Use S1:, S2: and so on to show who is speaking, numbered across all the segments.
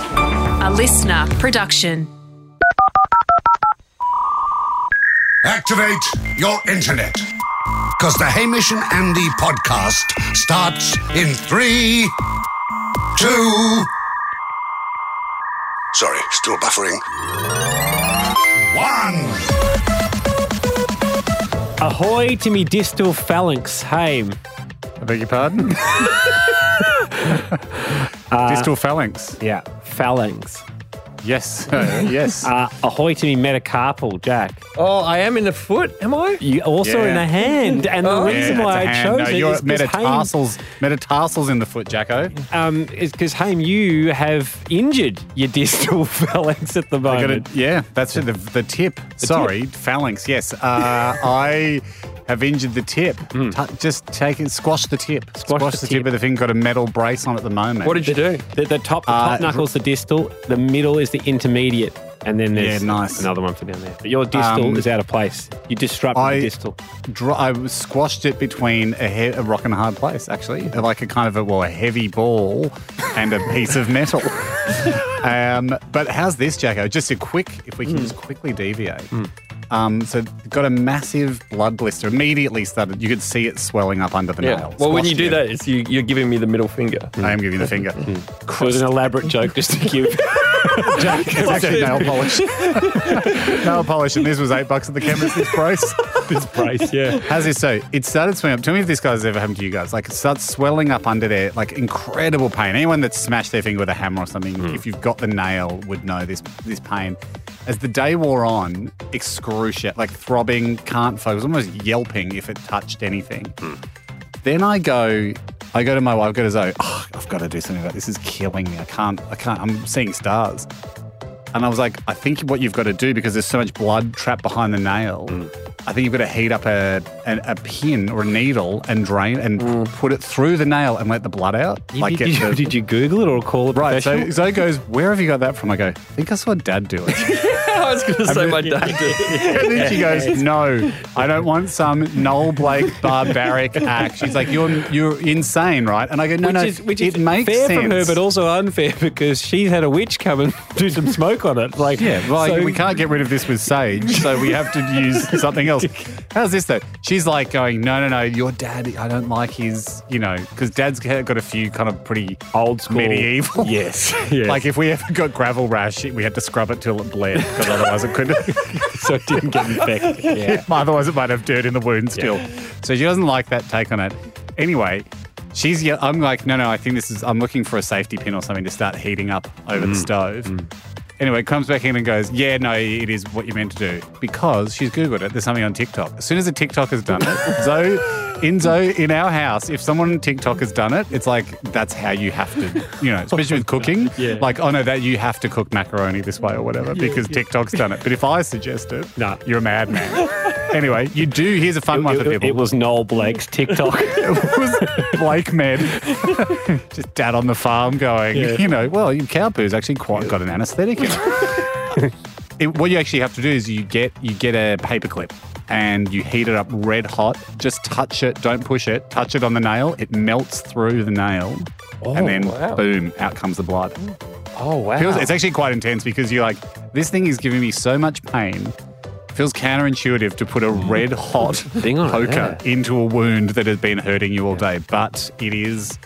S1: A listener production.
S2: Activate your internet. Because the Hamish and Andy podcast starts in three, two. Sorry, still buffering. One.
S3: Ahoy to me distal phalanx, hame.
S4: I beg your pardon?
S3: Uh,
S4: Distal phalanx.
S3: Yeah, phalanx.
S4: Yes. Uh, yes.
S3: Uh, ahoy to me metacarpal, Jack.
S5: Oh, I am in the foot, am I?
S3: You also
S4: Yeah.
S3: in a hand, and the
S5: Oh.
S4: Yeah,
S3: reason
S4: that's
S3: why
S4: a
S3: I
S4: hand.
S3: chose
S4: no,
S3: it
S4: your
S3: is because hame,
S4: metatarsals, metatarsals in the foot, Jacko.
S3: um, is 'cause, hame, you have injured your distal phalanx at the
S4: I gotta-
S3: moment.
S4: yeah, that's it, the, the tip. Sorry, phalanx. Yes, uh, I have injured the tip. Tu- just take it, squash the tip.
S3: Hmm. Squash the
S4: the tip.
S3: tip.
S4: of the thing. Got a metal brace on at the moment.
S5: What did you do?
S3: The, the top, the top
S4: Uh,
S3: knuckle's the distal, the middle is the intermediate, and then there's
S4: Yeah, nice.
S3: another one for down there. But your distal
S4: Um,
S3: is out of place. You disrupt
S4: I-
S3: your distal.
S4: Dro- I squashed it between a, he- a rock and a hard place, actually, like a kind of a well, a heavy ball and a piece of metal. um, but how's this, Jacko? Just a quick, if we
S5: Hmm.
S4: can just quickly deviate. Um, so got a massive blood blister. Immediately started. You could see it swelling up under the nail.
S5: Well, when you
S4: Squashed
S5: do Hmm.
S4: it.
S5: that, it's you, you're giving me the middle finger.
S4: I am giving you the finger.
S3: It was an elaborate joke just to give.
S4: Jack, it's actually nail polish. nail polish, and this was eight bucks at the chemist. This price.
S3: this brace, yeah.
S4: How's this? So it started swelling up. Tell me if this guy's ever happened to you guys. Like it starts swelling up under there, like incredible pain. Anyone that's smashed their finger with a hammer or something, if you've got the nail, would know this this pain. As the day wore on, excruciate, like throbbing, can't focus, almost yelping if it touched anything. Then I go, I go to my wife, I go to Zoe. Oh, I've got to do something about this. This is killing me. I can't. I can't. I'm seeing stars. And I was like, I think what you've got to do because there's so much blood trapped behind the nail.
S3: Mm.
S4: I think you've got to heat up a, an a pin or a needle and drain and put it through the nail and let the blood out.
S3: did,
S4: get
S3: Mm. you,
S4: the-
S3: did you Google it or call it
S4: right.
S3: professional?
S4: So Zoe goes, where have you got that from? I go, I think I saw Dad do it.
S5: I was going to say my dad did.
S4: And then she goes, "No, I don't want some Noel Blake barbaric act." She's like, "You're you're insane, right?" And I go, "No,
S3: which
S4: no,
S3: is, which is
S4: it makes
S3: fair
S4: sense."
S3: from her, but also unfair because she's had a witch come and do some smoke on it. Like,
S4: yeah, well,
S3: so-
S4: we can't get rid of this with sage, so we have to use something else. How's this though? She's like going, "No, no, no, your dad. I don't like his, you know, because dad's got a few kind of pretty
S3: Old school.
S4: medieval."
S3: Yes, yes.
S4: Like if we ever got gravel rash, we had to scrub it till it bled because otherwise it couldn't.
S3: so it didn't get infected. Yeah.
S4: Otherwise, it might have dirt in the wound still. So she doesn't like that take on it. Anyway, she's. ye- I'm like, no, no. I think this is. I'm looking for a safety pin or something to start heating up over the
S3: Mm.
S4: stove. Anyway, comes back in and goes, yeah, no, it is what you meant to do because she's googled it. There's something on TikTok. As soon as a TikTok has done it, Zoe, in Zoe, in our house, if someone on TikTok has done it, it's like that's how you have to, you know, especially with cooking.
S3: Yeah.
S4: Like, oh no, that you have to cook macaroni this way or whatever because TikTok's done it. But if I suggest it,
S3: No.
S4: you're a madman. anyway, you do. Here's a fun one for
S3: It, it-
S4: people.
S3: it was Noel Blake's TikTok.
S4: It was Blake Med, just dad on the farm going, you know, well, your cow poo's actually quite got an anaesthetic in it. It- What you actually have to do is you get you get a paperclip and you heat it up red hot. Just touch it, don't push it. Touch it on the nail, it melts through the nail,
S3: Oh,
S4: and then
S5: wow.
S4: boom, out comes the blood.
S5: Oh, wow.
S4: Feels, it's actually quite intense because you're like, this thing is giving me so much pain. Feels counterintuitive to put a red hot
S3: Thing on it,
S4: poker into a wound that has been hurting you all day, but it is.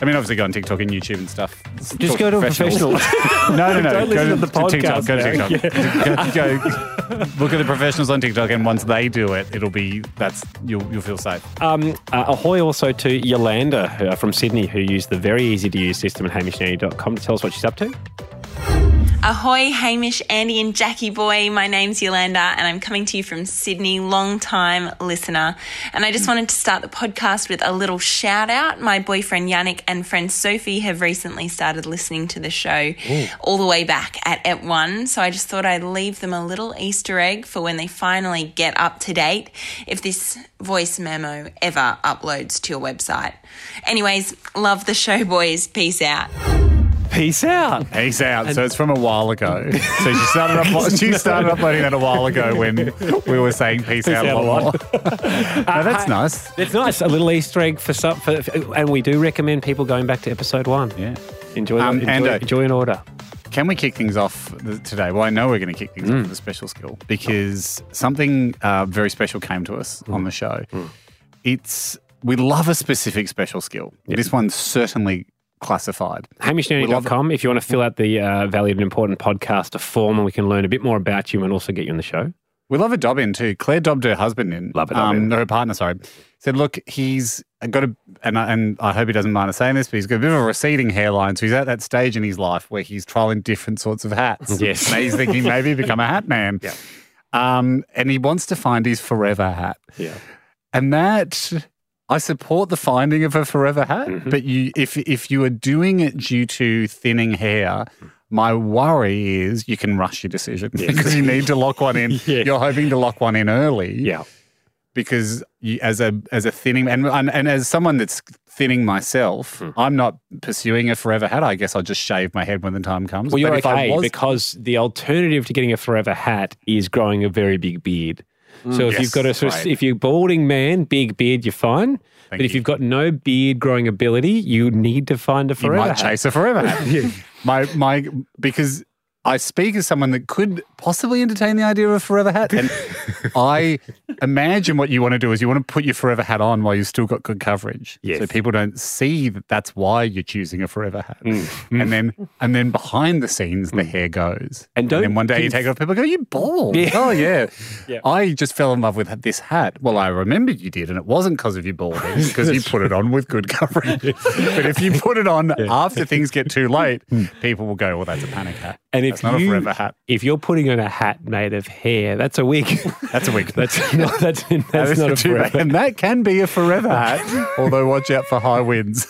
S4: I mean, obviously, go on TikTok and YouTube and stuff.
S3: Just go to a
S4: professional. no, no, no.
S3: Don't
S4: go
S3: listen to the podcast
S4: TikTok. Go
S3: now.
S4: to TikTok. go, go- look at the professionals on TikTok, and once they do it, it'll be that's you'll you'll feel safe.
S3: Um, uh, ahoy also to Yolanda uh, from Sydney, who used the very easy to use system at hamishnanny.com to tell us what she's up to.
S6: Ahoy, Hamish, Andy, and Jackie Boy. My name's Yolanda, and I'm coming to you from Sydney, long time listener. And I just wanted to start the podcast with a little shout out. My boyfriend Yannick and friend Sophie have recently started listening to the show all the way back at Ep One. So I just thought I'd leave them a little Easter egg for when they finally get up to date if this voice memo ever uploads to your website. Anyways, love the show, boys. Peace out.
S3: Peace out.
S4: Peace out. so it's from a while ago. So she started up. She started uploading that a while ago when we were saying peace, out,
S3: out a
S4: a lot. more. no, that's nice.
S3: It's nice, a little Easter egg for some, for, for- and we do recommend people going back to episode one.
S4: Yeah.
S3: Enjoy,
S4: Um,
S3: enjoy,
S4: Ando.
S3: enjoy in order.
S4: Can we kick things off th- today? Well, I know we're going to kick things off with a special skill because something uh, very special came to us on the show. It's we love a specific special skill. This one's certainly classified.
S3: HamishNanny.com if you want to fill out the uh, valued and important podcast form and we can learn a bit more about you and also get you on the show.
S4: We love a dob in too. Claire dobbed her husband in.
S5: Love a dob
S4: um,
S5: in.
S4: Her partner, sorry. Said, look, he's got a, and I, and I hope he doesn't mind us saying this, but he's got a bit of a receding hairline. So he's at that stage in his life where he's trialing different sorts of hats.
S3: Yes.
S4: And he's thinking maybe become a hat man. Yeah. Um, and he wants to find his forever hat.
S3: Yeah.
S4: And that I support the finding of a forever hat,
S3: Mm-hmm.
S4: but you if if you are doing it due to thinning hair, my worry is you can rush your decision because you need to lock one in.
S3: Yeah.
S4: You're hoping to lock one in early
S3: Yeah.
S4: because you, as a as a thinning and, and and as someone that's thinning myself,
S3: Hmm.
S4: I'm not pursuing a forever hat. I guess I'll just shave my head when the time comes.
S3: Well, you're
S4: But if I
S3: okay
S4: was-
S3: because the alternative to getting a forever hat is growing a very big beard. So if
S4: Mm. Yes,
S3: you've got a sort of-
S4: right.
S3: if you're balding man, big beard, you're fine. but if
S4: you.
S3: you've got no beard growing ability, you need to find a forever
S4: you might
S3: hat.
S4: chase a forever hat. My my because I speak as someone that could possibly entertain the idea of a forever hat, and I imagine what you want to do is you want to put your forever hat on while you've still got good coverage,
S3: Yes.
S4: so people don't see that that's why you're choosing a forever hat.
S3: Mm.
S4: And then and then behind the scenes, the hair goes,
S3: And don't
S4: then one day you
S3: give-
S4: take it off, people go, "You bald? Oh yeah. I just fell in love with this hat. Well, I remembered you did, and it wasn't because of your balding, because you put it on with good coverage. but if you put it on after things get too late, people will go, "Well, that's a panic
S3: Hmm.
S4: hat.
S3: And
S4: that's
S3: if
S4: not
S3: you,
S4: a forever hat.
S3: if you're putting on a hat made of hair, that's a wig.
S4: That's a wig.
S3: that's not, that's,
S4: That
S3: that's
S4: is
S3: not
S4: the
S3: a
S4: two-
S3: forever.
S4: And that can be a forever hat, although watch out for high winds.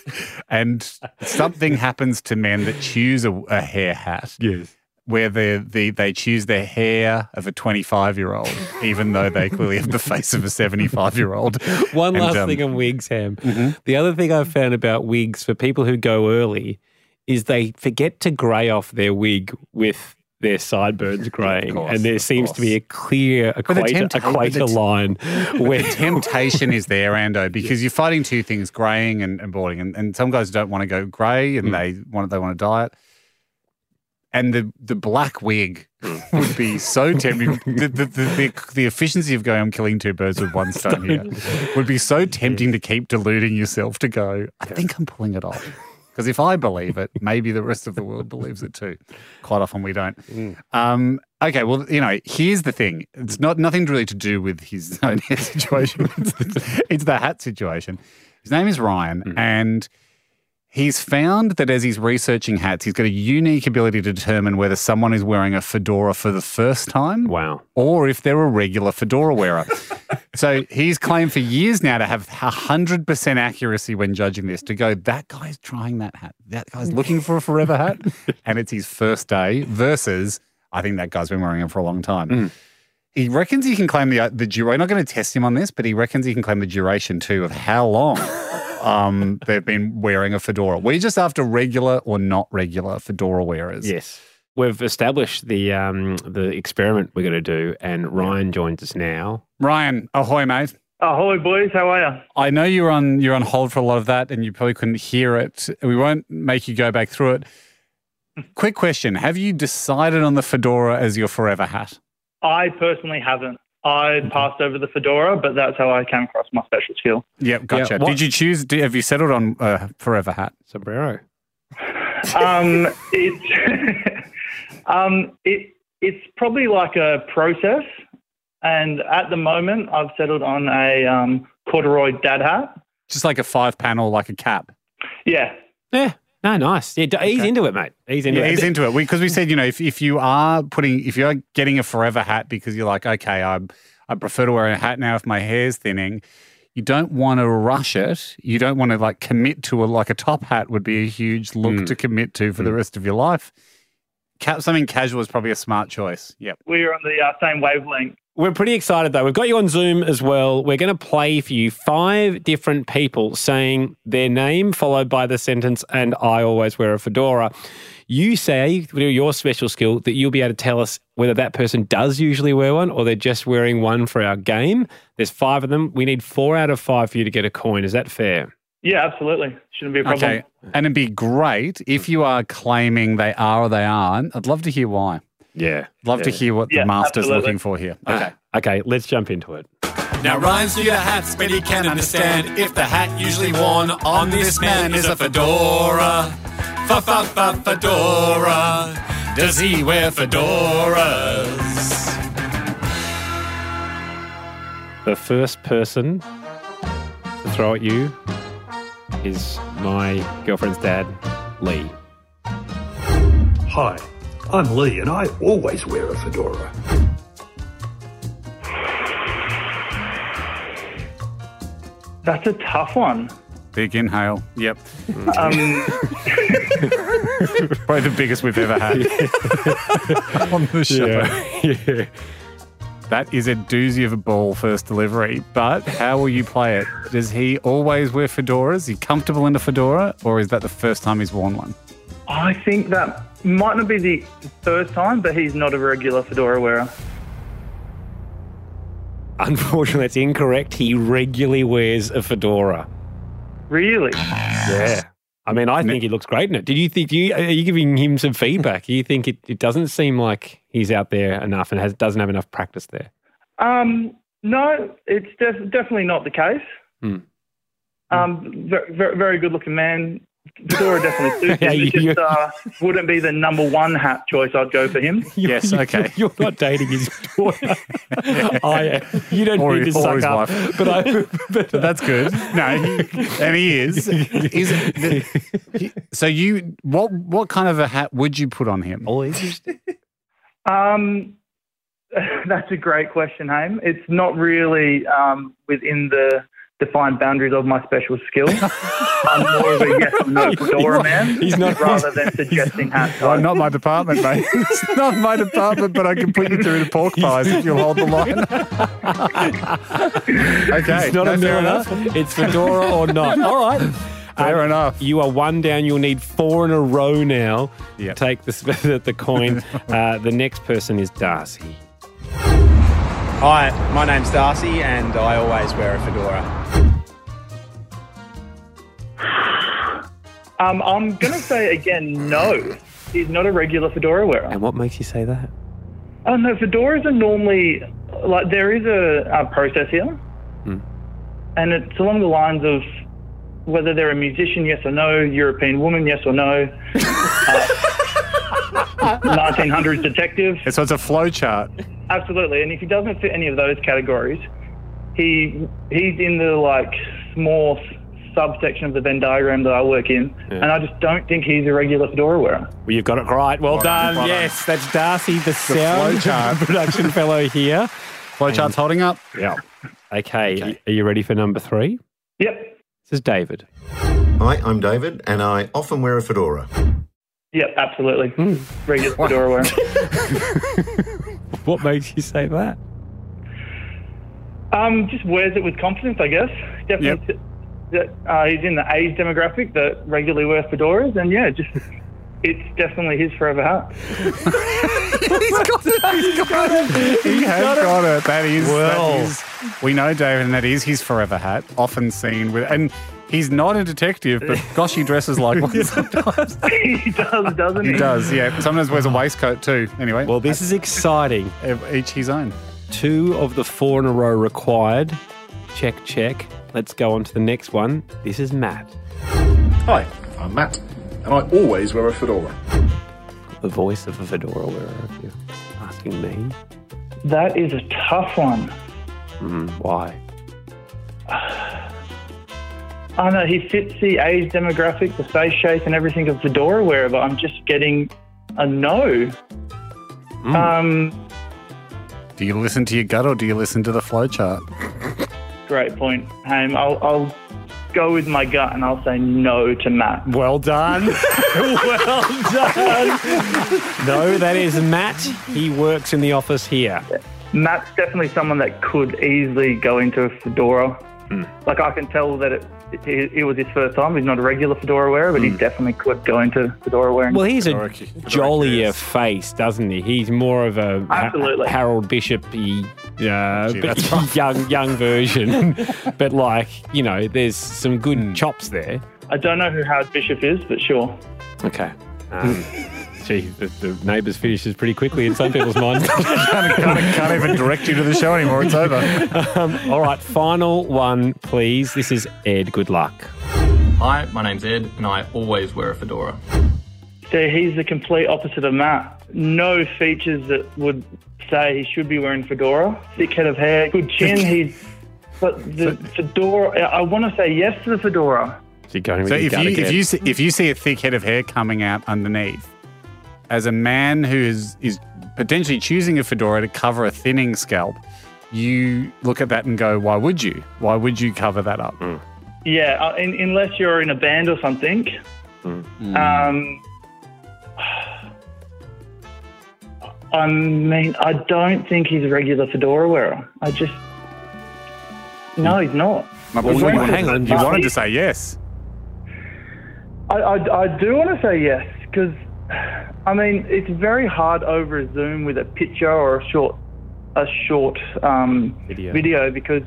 S4: And something happens to men that choose a, a hair hat.
S3: Yes.
S4: Where the, the, they choose the hair of a 25 year old, even though they clearly have the face of a 75 year old.
S3: One
S4: And,
S3: last
S4: um, Mm-hmm.
S3: thing on wigs, Ham. The other thing I've found about wigs for people who go early is they forget to grey off their wig with their sideburns greying,
S4: course,
S3: and there
S4: of
S3: seems to be a clear
S4: the
S3: equator,
S4: tempta- but
S3: equator
S4: the t-
S3: line where.
S4: temptation is there, Ando, because you're fighting two things: graying and, and balding. And, and some guys don't want to go grey,
S3: Hmm.
S4: and they want they want to dye it. And the the black wig would be so tempting. the, the, the, the, the efficiency of going, I'm killing two birds with one stone here, would be so tempting to keep deluding yourself to go. I think I'm pulling it off. Because if I believe it, maybe the rest of the world believes it too. Quite often we don't. Um, okay, well, you know, here's the thing. It's not nothing really to do with his own hair situation. It's, the- it's the hat situation. His name is Ryan, and he's found that as he's researching hats, he's got a unique ability to determine whether someone is wearing a fedora for the first time
S3: Wow.
S4: or if they're a regular fedora wearer. so he's claimed for years now to have 100% accuracy when judging this, to go, that guy's trying that hat. That guy's looking for a forever hat. And it's his first day versus, I think that guy's been wearing it for a long time. He reckons he can claim the, uh, the duration. We're not going to test him on this, but he reckons he can claim the duration too of how long. Um, they've been wearing a fedora. We're just after regular or not regular fedora wearers.
S3: Yes. We've established the um, the experiment we're going to do, and Ryan joins us now.
S4: Ryan, ahoy, mate.
S7: Ahoy, Uh, boys. How are you?
S4: I know you're on you're on hold for a lot of that, and you probably couldn't hear it. We won't make you go back through it. Quick question: Have you decided on the fedora as your forever hat?
S7: I personally haven't. I passed over the fedora, but that's how I came across my special skill.
S4: Yep, gotcha.
S3: what-
S4: Did you choose? do- have you settled on uh, forever hat?
S3: Sombrero.
S7: Um, it's um, it, it's probably like a process, and at the moment, I've settled on a um, corduroy dad hat.
S4: Just like a five panel, like a cap.
S7: Yeah,
S3: Yeah. No, nice. Yeah, d- he's into it, mate. He's into
S4: Yeah,
S3: it.
S4: he's into it because we, said you know if, if you are putting if you're getting a forever hat because you're like okay I I prefer to wear a hat now if my hair's thinning. You don't want to rush it. You don't want to like commit to a like a top hat would be a huge look to commit to for the rest of your life. Cap something casual is probably a smart choice. Yep.
S7: we're on the uh, same wavelength.
S3: We're pretty excited though. We've got you on Zoom as well. We're going to play for you five different people saying their name, followed by the sentence, and I always wear a fedora. You say, through your special skill, that you'll be able to tell us whether that person does usually wear one or they're just wearing one for our game. There's five of them. We need four out of five for you to get a coin. Is that fair?
S7: Yeah, absolutely. Shouldn't be a problem.
S4: Okay. And it'd be great if you are claiming they are or they aren't. I'd love to hear why.
S3: Yeah.
S4: Love to hear what
S7: Yeah,
S4: the master's
S7: absolutely.
S4: looking for here. Okay.
S3: Okay, let's jump into it.
S8: Now rhymes to your hats, but he can understand if the hat usually worn on this man is a fedora. Fa fa fa fedora. Does he wear fedoras?
S3: The first person to throw at you is my girlfriend's dad, Lee.
S9: Hi, I'm Lee, and I always wear a fedora.
S7: That's a tough one.
S4: Big inhale. Yep.
S7: Um,
S4: Probably the biggest we've ever had on the show.
S3: yeah.
S4: That is a doozy of a ball first delivery, but how will you play it? Does he always wear fedoras? Is he comfortable in a fedora, or is that the first time he's worn one?
S7: I think that might not be the first time, but he's not a regular fedora wearer.
S3: Unfortunately, that's incorrect. He regularly wears a fedora.
S7: Really?
S3: Yeah. I mean, I think he looks great in it. Did you think you are you giving him some feedback? Do you think it, it doesn't seem like he's out there enough and has doesn't have enough practice there?
S7: Um, no, it's def- definitely not the case.
S3: Hmm.
S7: Um, very, very good looking man. Fedora definitely suits him.
S3: Yeah,
S7: It
S3: you-
S7: just uh, wouldn't be the number one hat choice I'd go for him.
S4: Yes, okay.
S3: You're not dating his daughter. I am. You don't
S4: Or
S3: need to
S4: his- or
S3: suck
S4: his
S3: up.
S4: wife.
S3: But I but,
S4: But that's good. No, he- and he is. is it the- he- so you, what what kind of a hat would you put on him?
S7: Um, that's a great question, Haim. It's not really um, within the defined boundaries of my special skill. I'm more of a yes or no fedora man
S3: He's not-
S7: rather than suggesting hats.
S4: Oh, not my department, mate. It's not my department, but I can put you through to pork pies if you'll hold the line. okay,
S3: it's not
S4: no,
S3: a
S4: fair
S3: mirror.
S4: enough.
S3: It's fedora or not. All right. Um,
S4: Fair enough.
S3: You are one down. You'll need four in a row now.
S4: Yep.
S3: Take the, the coin. uh, the next person is Darcy.
S10: Hi, my name's Darcy, and I always wear a fedora.
S7: Um, I'm going to say again, no. He's not a regular fedora wearer.
S3: And what makes you say that?
S7: Oh no, fedoras are normally like there is a, a process here, and it's along the lines of whether they're a musician, yes or no, European woman, yes or no, uh, 1900s detective,
S4: So it's a flow chart.
S7: absolutely. And if he doesn't fit any of those categories, he he's in the like small subsection of the Venn diagram that I work in, and I just don't think he's a regular fedora wearer.
S3: Well, you've got it right. Well, done. yes, that's Darcy, the sound
S4: flowchart.
S3: production fellow here.
S4: Flow chart's holding up.
S3: Yeah. Okay. Are you ready for number three?
S7: Yep,
S3: This is David.
S11: Hi, I'm David, and I often wear a fedora.
S7: yep, absolutely, regular fedora wearer.
S3: What makes you say that?
S7: Um, just wears it with confidence, I guess. Definitely, that, uh, he's in the age demographic that regularly wears fedoras, and yeah, just it's definitely his forever hat.
S4: He has got it. That is,
S3: Well.
S4: that is. We know David, and that is his forever hat, often seen with. And he's not a detective, but gosh, he dresses like one.
S7: he does, doesn't he?
S4: he does, yeah. Sometimes wears a waistcoat too. Anyway,
S3: Well, this is exciting.
S4: each his own.
S3: Two of the four in a row required. Check, check. Let's go on to the next one. This is Matt.
S9: Hi, I'm Matt, and I always wear a fedora.
S3: The voice of a fedora wearer, if you're asking me.
S7: That is a tough one.
S3: Why?
S7: I know he fits the age demographic, the face shape, and everything of fedora wearer, but I'm just getting a no. Um,
S4: Do you listen to your gut or do you listen to the flow chart?
S7: great point, Ham. I'll, I'll go with my gut and I'll say no to Matt.
S3: Well done. well done. no, that is Matt. He works in the office here.
S7: Matt's definitely someone that could easily go into a fedora. Like I can tell that it it, it was his first time. He's not a regular fedora wearer, but he definitely could go into fedora wearing.
S3: Well, he's a jollier face, doesn't he? He's more of a Ha-
S7: Absolutely.
S3: Harold Bishop y uh, but
S7: that's rough.
S3: young, young version. but, like, you know, there's some good
S7: Hmm.
S3: chops there.
S7: I don't know who Howard Bishop is, but sure.
S3: Okay. Um, gee, the, the neighbours finishes pretty quickly in some people's minds.
S4: Can't even direct you to the show anymore. It's over.
S3: um, all right, final one, please. This is Ed. Good luck.
S12: Hi, my name's Ed, and I always wear a fedora.
S7: So he's the complete opposite of Matt. No features that would say he should be wearing fedora. Thick head of hair, good chin. He's but the fedora. I want to say yes to the fedora.
S3: So, you going
S4: so
S7: with
S4: if
S7: your
S4: you
S7: gut
S4: if
S7: again.
S4: you see, if you see a thick head of hair coming out underneath, as a man who is is potentially choosing a fedora to cover a thinning scalp, you look at that and go, "Why would you? Why would you cover that up?"
S7: Yeah, uh, in, unless you're in a band or something. Um, I mean, I don't think he's a regular fedora wearer. I just no, he's not.
S4: My
S7: Well,
S4: boy,
S7: when-
S4: hang on, you
S7: Uh,
S4: wanted to say yes.
S7: I, I, I do want to say yes because, I mean, it's very hard over a Zoom with a picture or a short, a short um,
S3: video.
S7: because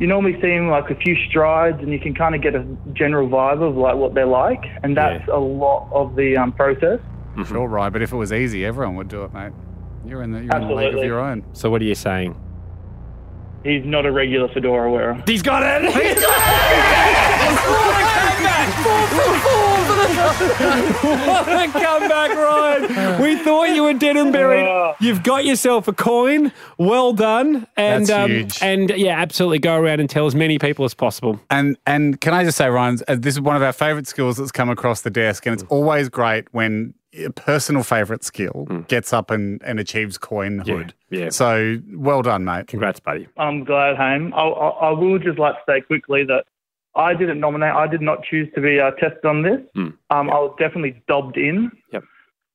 S7: you normally see them like a few strides and you can kind of get a general vibe of like what they're like, and that's a lot of the um, process.
S4: Sure, right. But if it was easy, everyone would do it, mate. You're in the you're in a league of
S7: Absolutely.
S4: your own.
S3: So what are you saying?
S7: He's not a regular fedora wearer.
S3: He's got it. He's got what a comeback ride! We thought you were dead and buried. You've got yourself a coin. Well done, and
S4: That's
S3: um,
S4: huge.
S3: and yeah, absolutely. Go around and tell as many people as possible.
S4: And and can I just say, Ryan, uh, this is one of our favourite skills that's come across the desk, and it's
S3: Mm.
S4: always great when a personal favourite skill gets up and, and achieves coinhood.
S3: Mm. Yeah, yeah.
S4: So well done, mate.
S3: Congrats, buddy.
S7: I'm glad, Haim. I, I, I will just like to say quickly that I didn't nominate, I did not choose to be uh, tested on this. Um, I was definitely dobbed in.
S3: Yep.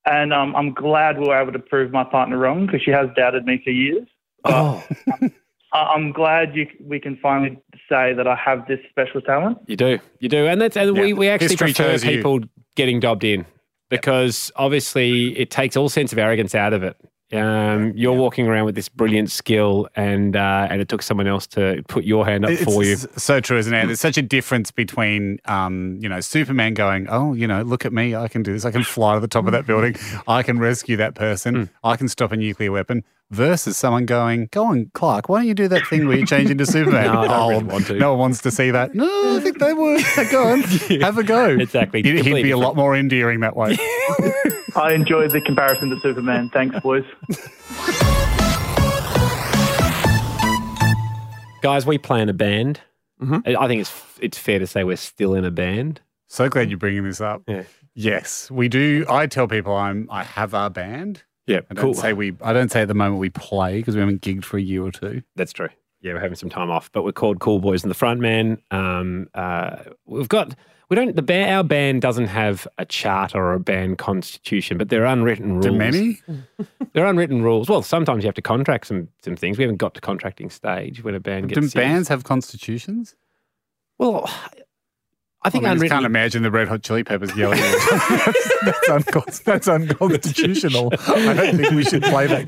S7: And um, I'm glad we were able to prove my partner wrong because she has doubted me for years.
S3: Oh,
S7: I, I'm glad you, we can finally say that I have this special talent.
S3: you do, you do, and that's and we,
S7: Yeah.
S3: we actually
S7: History
S3: prefer
S7: chose you.
S3: people getting dobbed in because obviously it takes all sense of arrogance out of it. Um, you're walking around with this brilliant skill, and uh, and it took someone else to put your hand up
S4: It's
S3: for you.
S4: s- so true, isn't it? There's such a difference between, um, you know, Superman going, "Oh, you know, look at me, I can do this. I can fly to the top of that building. I can rescue that person.
S3: Hmm.
S4: I can stop a nuclear weapon." Versus someone going, "Go on, Clark. Why don't you do that thing where you change into Superman?"
S3: No, I don't really
S4: Oh,
S3: want to.
S4: No one wants to see that. No, I think they would. Go on, have a go.
S3: Exactly.
S4: He'd, he'd
S3: Completely
S4: be a lot more endearing that way.
S7: I enjoyed the comparison to Superman. Thanks, boys.
S3: Guys, we play in a band. I- I think it's it's fair to say we're still in a band.
S4: So glad you're bringing this up.
S3: Yeah.
S4: Yes, we do. I tell people I'm. I have our band.
S3: Yeah,
S4: I don't
S3: cool.
S4: say we. I don't say at the moment we play because we haven't gigged for a year or two.
S3: That's true. Yeah, we're having some time off, but we're called Cool Boys and the Frontman. Um, uh, we've got we don't the band, our band doesn't have a charter or a band constitution, but there are unwritten rules.
S4: Do many?
S3: There are unwritten rules. Well, sometimes you have to contract some some things. We haven't got to contracting stage when a band
S4: Do
S3: gets. serious.
S4: bands have constitutions?
S3: Well, I think
S4: I, mean, I just
S3: unwritten-
S4: can't imagine the Red Hot Chili Peppers yelling. at each other. that's, that's, uncon- that's unconstitutional. I don't think we should play that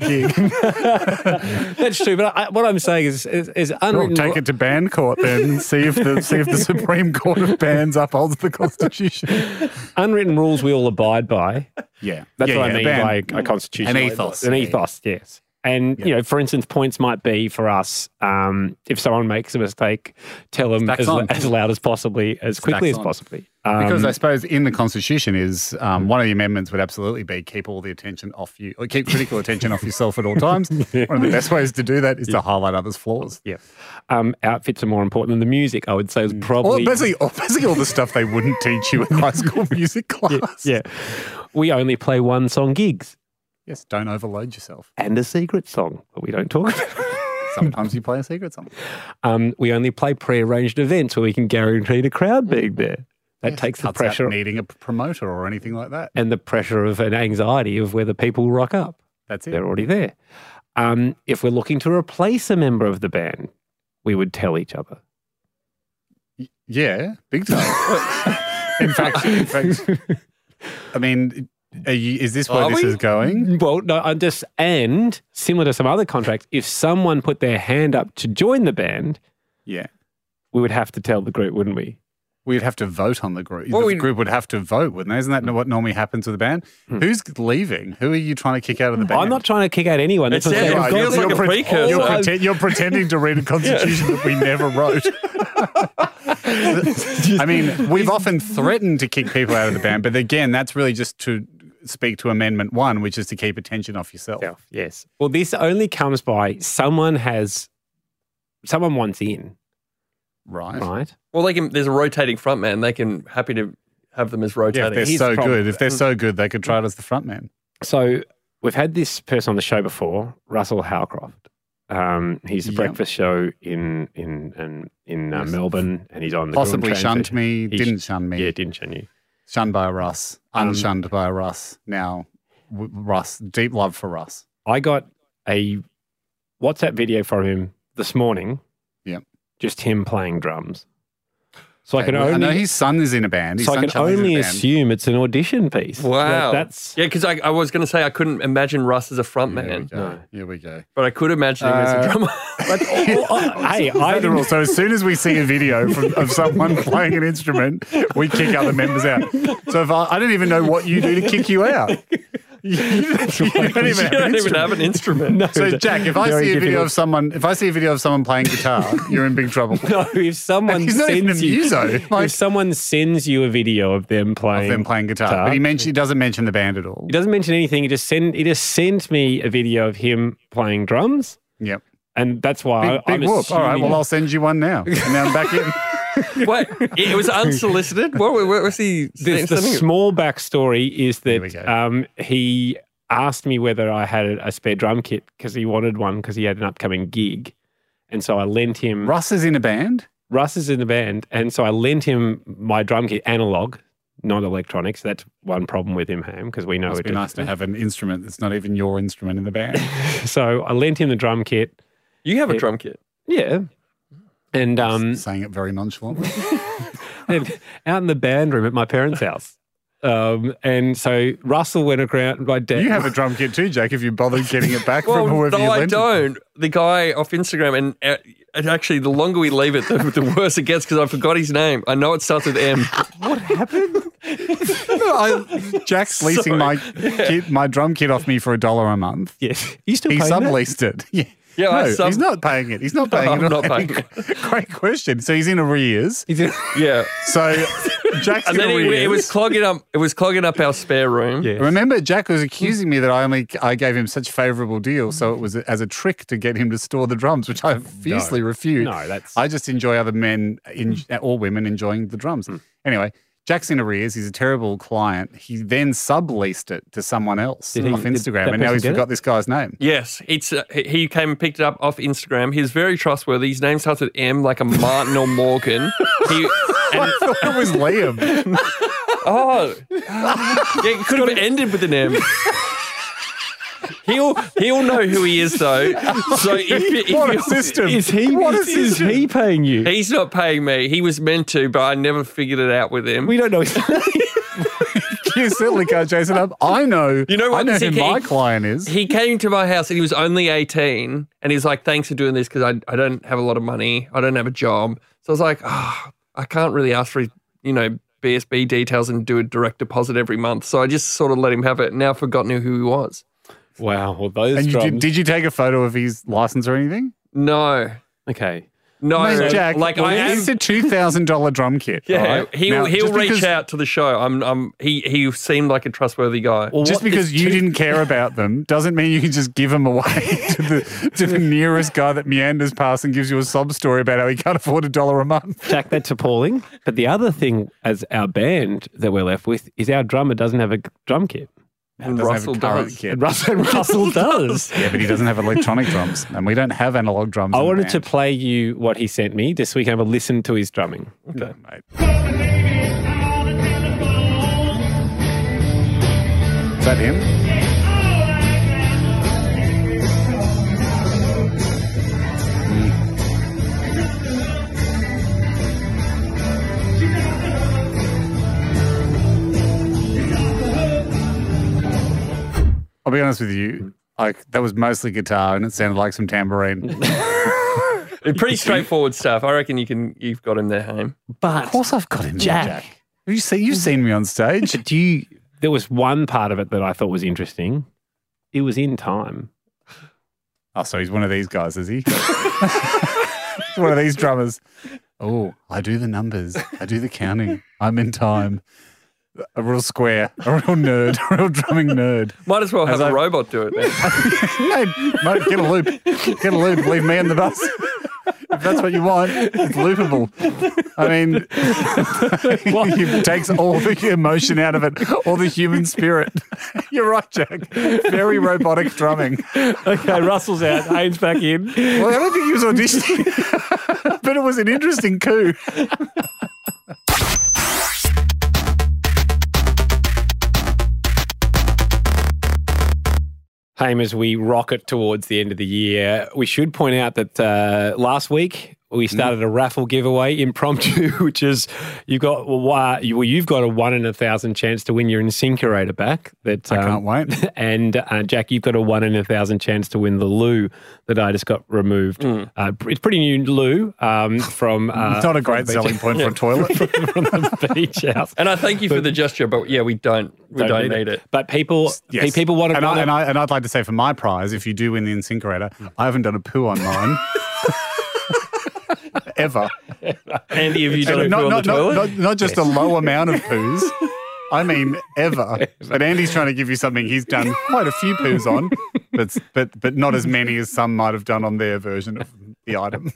S4: gig.
S3: That's true. But I, what I'm saying is is, is
S4: Well,
S3: unwritten.
S4: take it to band court then and see if the see if the Supreme Court of Bands upholds the Constitution.
S3: unwritten rules we all abide by.
S4: Yeah,
S3: That's
S4: Yeah,
S3: what
S4: yeah,
S3: I mean
S4: band-
S3: by a constitution.
S4: An ethos.
S3: An ethos, yes. And, you know, for instance, points might be for us um, if someone makes a mistake, tell them
S4: Stacks
S3: as,
S4: on.
S3: as loud as possibly, as quickly as
S4: on.
S3: possibly.
S4: because
S3: Um,
S4: I suppose in the Constitution is um, one of the amendments would absolutely be keep all the attention off you, or keep critical attention off yourself at all times. One of the best ways to do that is to highlight others' flaws.
S3: yeah. Um, outfits are more important than the music, I would say, is
S4: Or
S3: probably.
S4: basically, or basically Mm. all the stuff they wouldn't teach you in high school music class.
S3: yeah. We only play one song gigs
S4: Yes, don't overload yourself.
S3: and a secret song, but we don't talk about it.
S4: Sometimes you play a secret song.
S3: Um, we only play pre-arranged events where we can guarantee the crowd being there. That takes the
S4: Cuts out
S3: pressure
S4: needing a p- promoter or anything like that.
S3: and the pressure of an anxiety of whether people rock up.
S4: That's it.
S3: They're already there. Um, if we're looking to replace a member of the band, we would tell each other.
S4: Yeah, big time. in fact, in fact, I mean, are you, is this where
S3: Are
S4: this
S3: we?
S4: is going?
S3: Well, no, I'm just, and similar to some other contracts, if someone put their hand up to join the band,
S4: Yeah.
S3: we would have to tell the group, wouldn't we?
S4: We'd have to vote on the group.
S3: Well,
S4: the
S3: we-
S4: group would have to vote, wouldn't they? Isn't that what normally happens with a band?
S3: Hmm.
S4: Who's leaving? Who are you trying to kick out of the band?
S3: I'm not trying to kick out anyone. That's
S4: It's-
S3: what I'm
S4: yeah,
S3: saying. We've
S4: it feels
S3: got-
S4: like a
S3: we've got-
S4: precursor. You're pretend- you're pretending to read a constitution that we never wrote. I mean, we've often threatened to kick people out of the band, but again, that's really just to speak to Amendment One, which is to keep attention off yourself.
S3: Yes. Well, this only comes by someone has, someone wants in.
S4: Right.
S3: Right.
S5: Well, they can. There's a rotating front man. They can happy to have them as
S4: Yeah,
S5: rotating.
S4: if they're so good, if they're so good, they could try it as the front man.
S3: So we've had this person on the show before, Russell Howcroft. Um, he's a
S4: Yeah.
S3: breakfast show in in in, in uh,
S4: Yes.
S3: Melbourne, and he's on the Coolum
S4: Possibly
S3: train
S4: shunned
S3: station.
S4: me,
S3: He-
S4: didn't shun me.
S3: Yeah, didn't shun you.
S4: Shunned by a Russ,
S3: Um,
S4: unshunned by a Russ. Now, w- Russ, deep love for Russ.
S3: I got a WhatsApp video from him this morning.
S4: Yep.
S3: Just him playing drums. So I can
S4: Okay, well,
S3: only
S4: know his son is in a band. His
S3: so I
S4: son
S3: can
S4: Charlie's in a
S3: only
S4: band.
S3: assume it's an audition piece.
S5: Wow.
S3: Like, that's
S5: yeah, because I, I was going to say I couldn't imagine Russ as a front man,
S4: Go. Here we go.
S5: but I could imagine him as a
S4: Uh,
S5: drummer.
S3: Oh, hey,
S4: Is that the rule? So as soon as we see a video from, of someone playing an instrument, we kick other members out. So if I, I don't even know what you do to kick you out. You, you don't even
S5: you
S4: have an
S5: don't even
S4: instrument.
S5: have an instrument.
S3: no,
S4: So Jack, if I
S3: Very
S4: see a video
S3: difficult.
S4: of someone, if I see a video of someone playing guitar, you're in big trouble.
S3: No, if someone
S4: He's not
S3: sends
S4: even a
S3: you,
S4: muso. Like-
S3: if someone sends you a video of them
S4: Of
S3: playing,
S4: them playing guitar, but he mentioned he doesn't mention the band at all.
S3: he doesn't mention anything. He just send he just sent me a video of him playing drums,
S4: Yep.
S3: and that's why
S4: Big,
S3: I, I'm
S4: big whoop. All right.
S3: assuming-
S4: Well, I'll send you one now. And now I'm back in.
S5: Wait, it was unsolicited. What, what was he?
S3: this, the
S5: sending it?
S3: small backstory is
S4: we go.
S3: that um, he asked me whether I had a spare drum kit because he wanted one because he had an upcoming gig, and so I lent him.
S4: Russ is in a band.
S3: Russ is in the band, and so I lent him my drum kit, analog, not electronic. So that's one problem with him, Ham, because we know
S4: It'd
S3: it
S4: be nice to have an instrument that's not even your instrument in the band.
S3: So I lent him the drum kit.
S5: You have a drum kit.
S3: Yeah. And um,
S4: Saying it very nonchalantly.
S3: and out in the band room at my parents' house. Um, and so Russell went around. My dad.
S4: You have a drum kit too, Jack, if you bothered getting it back
S5: Well,
S4: from whoever
S5: no,
S4: you
S5: I
S4: lent it.
S5: don't. The guy off Instagram, and uh, and actually, the longer we leave it, the, the worse it gets because I forgot his name. I know it starts with M.
S4: I, Jack's leasing my kit, my drum kit off me for a dollar a month.
S3: Yes. You still
S4: He
S3: paying that?
S4: subleased it. Yeah.
S5: Yeah, I
S4: no,
S5: sub-
S4: he's not paying it. He's not paying
S5: I'm
S4: it.
S5: not paying
S4: Great question. So he's in arrears.
S3: He's in-
S5: Yeah.
S4: So Jack's in
S5: And then
S4: arrears.
S5: he, it was clogging up. It was clogging up our spare room.
S3: Yeah.
S4: Remember, Jack was
S3: Mm.
S4: accusing me that I only I gave him such favourable deals, so it was as a trick to get him to store the drums, which I fiercely refuse.
S3: No, that's- Mm.
S4: I just enjoy other men in, or women enjoying the drums. Anyway, Jack's in arrears. He's a terrible client. He then subleased it to someone else
S3: Did he-
S4: off
S3: did
S4: Instagram,
S3: that
S4: and now
S3: person
S4: he's
S3: get it?
S4: forgot this guy's name.
S5: Yes, it's uh, he- he came and picked it up off Instagram. He's very trustworthy. His name starts with M, like a Martin or Morgan. He,
S4: I thought it was Liam.
S5: oh, yeah, it could have ended with an M. He'll he'll know who he is though. So if, if
S4: what
S5: you-
S4: a system!
S3: Is he?
S4: What a
S3: is, is
S4: system!
S3: he paying you?
S5: he's not paying me, he was meant to, but I never figured it out with him.
S3: We don't know. his-
S4: you certainly can't chase it up. I know.
S5: You know
S4: I
S5: what?
S4: know
S5: He-
S4: who
S5: he-
S4: my client is.
S5: he came to my house and he was only 18 and he's like thanks for doing this because I, I don't have a lot of money i don't have a job so i was like oh, i can't really ask for you know bsb details and do a direct deposit every month so i just sort of let him have it now I've forgotten who he was
S3: wow. Well, those
S4: and you
S3: drums.
S4: did, did you take a photo of his license or anything?
S5: no
S3: okay.
S5: no
S4: Mate, Jack,
S5: like i am
S4: It's a two thousand dollar drum kit.
S5: yeah,
S4: all right?
S5: he'll
S4: Now,
S5: he'll
S4: just
S5: reach
S4: because-
S5: out to the show. I'm I'm he he seemed like a trustworthy guy.
S4: Just because you didn't care about them doesn't mean you can just give them away to the to the nearest guy that meanders past and gives you a sob story about how he can't afford a dollar a month.
S3: Jack, that's appalling. But the other thing, as our band that we're left with, is our drummer doesn't have a drum kit.
S5: and
S4: Doesn't have a
S5: Russell
S4: current
S5: does.
S4: kit.
S3: And Russell, Russell does.
S4: Yeah, but he doesn't have electronic drums, and we don't have analog drums.
S3: I
S4: in the
S3: wanted to
S4: band.
S3: play you what he sent me just so we can have a listen to his drumming.
S4: Mate. Is that him? Hmm. I'll be honest with you. Like that was mostly guitar, and it sounded like some tambourine.
S5: Pretty straightforward stuff. I reckon you can. You've got him there, home.
S3: But of course,
S4: I've got him,
S3: Jack.
S4: Jack. Have you seen? You've seen me on stage.
S3: Do you? There was one part of it that I thought was interesting. It was in time.
S4: Oh, so he's one of these guys, is he? He's one of these drummers. Oh, I do the numbers. I do the counting. I'm in time. A real square, a real nerd, a real drumming nerd.
S5: Might as well have
S4: As
S5: a
S4: I-
S5: robot do it. Then.
S4: Mate, mate, get a loop. Get a loop. Leave me in the bus. If that's what you want, it's loopable. I mean, it takes all the emotion out of it, all the human spirit. You're right, Jack. Very robotic drumming.
S3: Okay, Russell's out. Haynes back in.
S4: Well, I don't think he was auditioning, but it was an interesting coup.
S3: Haim, as we rocket towards the end of the year, we should point out that uh, last week we started a raffle giveaway impromptu, which is you've got well, why- you- well, you've got a one in a thousand chance to win your Insinkerator back. That um,
S5: Um,
S4: I can't
S3: wait. And uh, Jack, you've got a one in a thousand chance to win the loo that I just got removed. Uh, it's pretty new loo um, from. Uh,
S4: It's Hmm. not
S3: from
S4: a great
S3: the beach-
S4: selling point for a toilet.
S3: from the beach house.
S5: And I thank you for the gesture, but yeah, we don't. We don't, need, it.
S3: But people,
S4: Yes.
S3: people want to
S4: and,
S3: know.
S4: I, and, I, and I'd like to say for my prize, if you do win the incinerator, I haven't done a poo on mine. Ever.
S5: Andy, have you done it
S4: not,
S5: on
S4: not,
S5: the toilet?
S4: not, not, not just a low amount of poos. I mean, ever. But Andy's trying to give you something he's done quite a few poos on, but, but, but not as many as some might have done on their version of the item.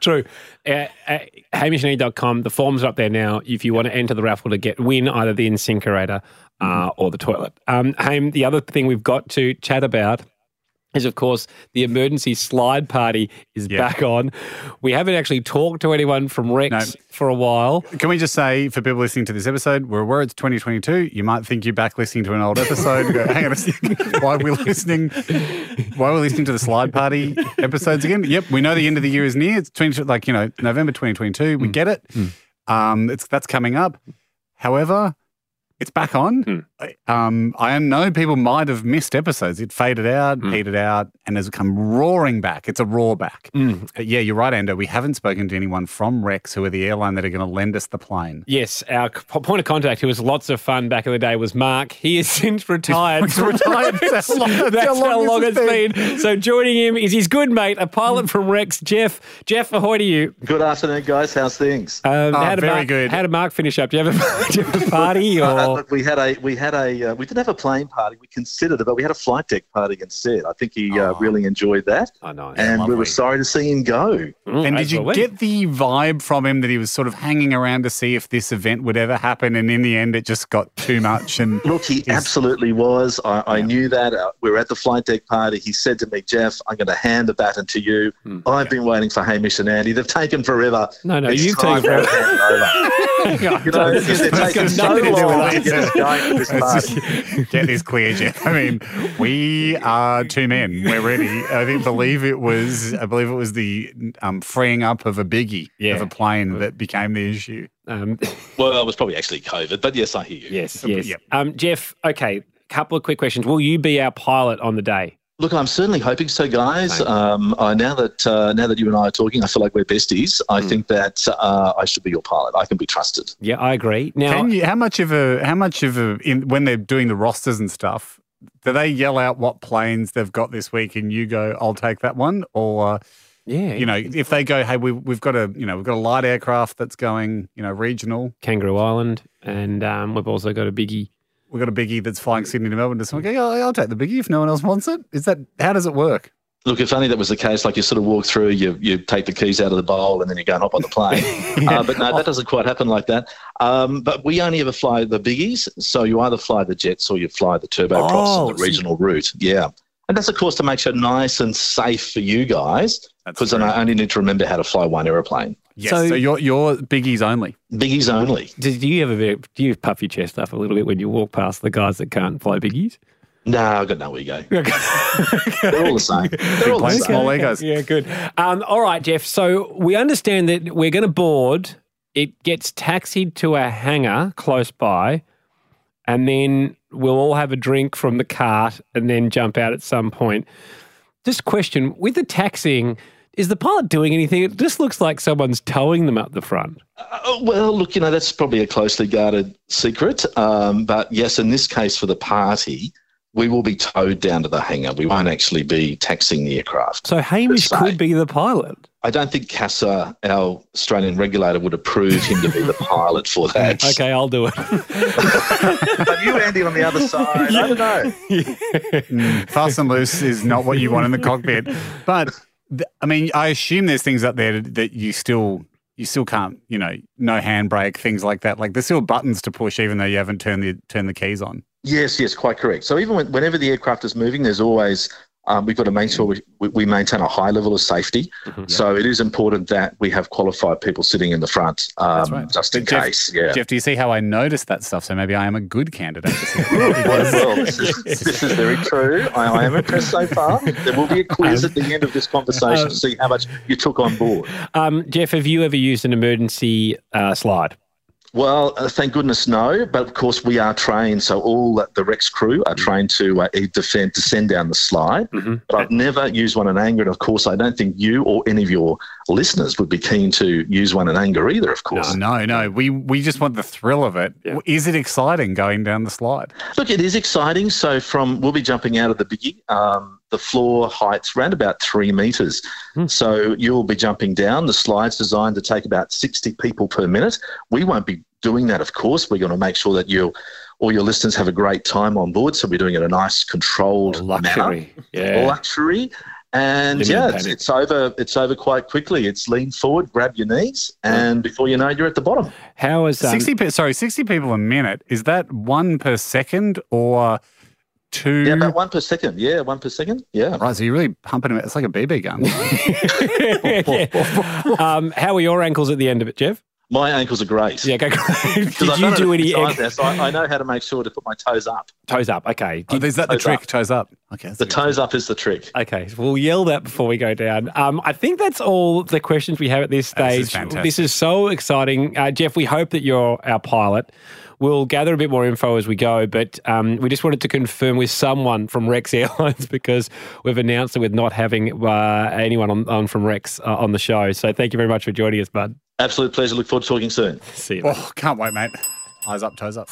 S3: True. Uh, uh, HamishNeed.com. The forms are up there now. If you want to enter the raffle to get win either the incinerator uh, or the toilet. Um, Ham, the other thing we've got to chat about is, of course, the emergency slide party is back on. We haven't actually talked to anyone from Rex for a while.
S4: Can we just say for people listening to this episode, we're aware it's 2022. You might think you're back listening to an old episode. Go, Hang on a second. Why are we listening? Why are we listening to the slide party episodes again? Yep, we know the end of the year is near. It's 20, like you know November 2022. We get it. Um, it's that's coming up. However, it's back on. I- Um, I know people might have missed episodes. It faded out, petered out, and has come roaring back. It's a roar back. But yeah, you're right, Ando. We haven't spoken to anyone from Rex, who are the airline that are going to lend us the plane.
S3: Yes, our c- point of contact, who was lots of fun back in the day, was Mark. He has since retired.
S4: He's retired. That's how long- that's
S3: That's
S4: how
S3: how
S4: long
S3: long
S4: this
S3: it's
S4: has
S3: been. So joining him is his good mate, a pilot from Rex, Jeff. Jeff, ahoy to you.
S13: Good afternoon, guys. How's things?
S3: Um,
S4: Ah,
S3: how did Mark, How did Mark finish up? Do you have a, do you have a party
S13: Uh,
S3: or?
S13: we had a we had a uh, we didn't have a plane party. We considered it, but we had a flight deck party instead. I think he
S3: Oh.
S13: uh, really enjoyed that.
S3: I know.
S13: And we were sorry to see him go.
S4: and did you get the vibe from him that he was sort of hanging around to see if this event would ever happen? And in the end, it just got too much. And
S13: Look, he absolutely was. I, I knew that. Uh, we were at the flight deck party. He said to me, Jeff, I'm going to hand the baton to you. I've been waiting for Hamish and Andy. They've taken forever.
S3: No, no,
S13: It's
S3: you've
S13: time
S3: taken
S13: for
S3: forever.
S13: us to hand it over. You know,
S4: It's
S13: it's
S4: got
S13: taken so
S4: nothing to do with
S13: long to
S4: us.
S13: get us going for this
S4: It's just-
S13: party.
S4: Get this clear, Jeff. I mean, we are two men. We're ready. I think believe it was I believe it was the um, freeing up of a biggie of a plane that became the issue.
S3: Um,
S13: Well, it was probably actually COVID, but yes, I hear you.
S3: Yes, yes. Um, Jeff, okay, couple of quick questions. Will you be our pilot on the day?
S13: Look, I'm certainly hoping so, guys. Um, I, now that uh, now that you and I are talking, I feel like we're besties. I think that uh, I should be your pilot. I can be trusted.
S3: Yeah, I agree. Now,
S4: Can you, how much of a how much of a in, when they're doing the rosters and stuff, do they yell out what planes they've got this week and you go, I'll take that one, or
S3: yeah,
S4: you know, if they go, hey, we, we've got a you know we've got a light aircraft that's going you know regional,
S3: Kangaroo Island, and um, we've also got a biggie.
S4: we've got a biggie that's flying Sydney to Melbourne. Does someone go? Yeah, I'll take the biggie if no one else wants it. Is that how does it work?
S13: Look, if only that was the case. Like you sort of walk through, you you take the keys out of the bowl, and then you go and hop on the plane. uh, but
S4: Oh,
S13: no, that doesn't quite happen like that. Um, but we only ever fly the biggies, so you either fly the jets or you fly the turboprops
S4: Oh,
S13: on the
S4: so-
S13: regional route. Yeah, and that's of course to make sure nice and safe for you guys, because then I only need to remember how to fly one airplane.
S4: Yes, so, you're you're biggies only.
S13: Biggies only.
S3: Do, do you have a bit? Do you puff your chest up a little bit when you walk past the guys that can't fly biggies?
S13: No, I've got nowhere you go. They're all the same. They're all the
S4: planes,
S13: same.
S4: small egos.
S3: Yeah, good. Um, all right, Jeff. So we understand that we're going to board. It gets taxied to a hangar close by, and then We'll all have a drink from the cart and then jump out at some point. This question with the taxiing, is the pilot doing anything? It just looks like someone's towing them up the front.
S13: Uh, well, look, you know, that's probably a closely guarded secret. Um, but yes, in this case for the party, we will be towed down to the hangar. We won't actually be taxing the aircraft.
S3: So Hamish
S13: So-
S3: could be the pilot.
S13: I don't think CASA, our Australian regulator, would approve him to be the pilot for that.
S3: Okay, I'll do it.
S13: But you, Andy, on the other side, I don't know.
S4: Mm, fast and loose is not what you want in the cockpit. But th- I mean, I assume there's things up there that you still you still can't, you know, no handbrake, things like that. Like there's still buttons to push, even though you haven't turned the turned the keys on.
S13: Yes, yes, quite correct. So even when, whenever the aircraft is moving, there's always um, we've got to make sure we, we- we maintain a high level of safety.
S3: Mm-hmm.
S13: So it is important that we have qualified people sitting in the front, um, just in
S4: But Jeff-
S13: case. Yeah.
S4: Jeff, do you see how I noticed that stuff? So maybe I am a good candidate.
S13: well, this is, this is very true. I, I am impressed so far. There will be a quiz at the end of this conversation
S3: Um,
S13: to see how much you took on board.
S3: Um, Jeff, have you ever used an emergency uh, slide?
S13: Well, uh, thank goodness, no. But of course, we are trained. So all that- the Rex crew are trained to uh, e- defend, descend down the slide. But I've never used one in anger, and of course, I don't think you or any of your listeners would be keen to use one in anger either. Of course,
S4: no, no. We we just want the thrill of it. Is it exciting going down the slide?
S13: Look, it is exciting. So from we'll be jumping out of the biggie. Um, the floor height's around about three meters.
S3: Hmm.
S13: So you'll be jumping down. The slide's designed to take about 60 people per minute. We won't be doing that, of course. We're going to make sure that you, all your listeners, have a great time on board. So we're doing it in a nice, controlled
S3: Luxury.
S13: manner.
S3: Yeah.
S13: Luxury. And
S3: Limited
S13: yeah, it's,
S3: panic.
S13: it's over. It's over quite quickly. It's lean forward, grab your knees,
S3: Hmm.
S13: and before you know, it, you're at the bottom.
S3: How is um,
S4: sixty? Pe- sorry, sixty people a minute. Is that one per second or two? Yeah,
S3: Hmm.
S4: about
S13: one per second. Yeah, one per second. Yeah.
S4: Right. So you're really pumping it. It's like a BB gun.
S3: um, how are your ankles at the end of it, Jeff?
S13: My ankles are great.
S3: Yeah, okay, great. Did
S13: I've
S3: you
S13: done it a
S3: do
S13: few
S3: any
S13: times now, so I, I know how to make sure to put my toes up.
S3: toes up? Okay.
S4: Oh, is that the
S13: Toes
S4: trick?
S13: up.
S4: Toes up. Okay.
S13: The toes up is the trick.
S3: Okay, so we'll yell that before we go down. Um, I think that's all the questions we have at this
S4: This is
S3: stage.
S4: fantastic.
S3: This is so exciting. Uh, Jeff, we hope that you're our pilot. We'll gather a bit more info as we go, but um, we just wanted to confirm with someone from Rex Airlines because we've announced that we're not having uh, anyone on, on from Rex uh, on the show. So thank you very much for joining us, bud.
S13: Absolute pleasure. Look forward to talking soon.
S3: See you.
S4: Oh, can't wait, mate. Eyes up, toes up.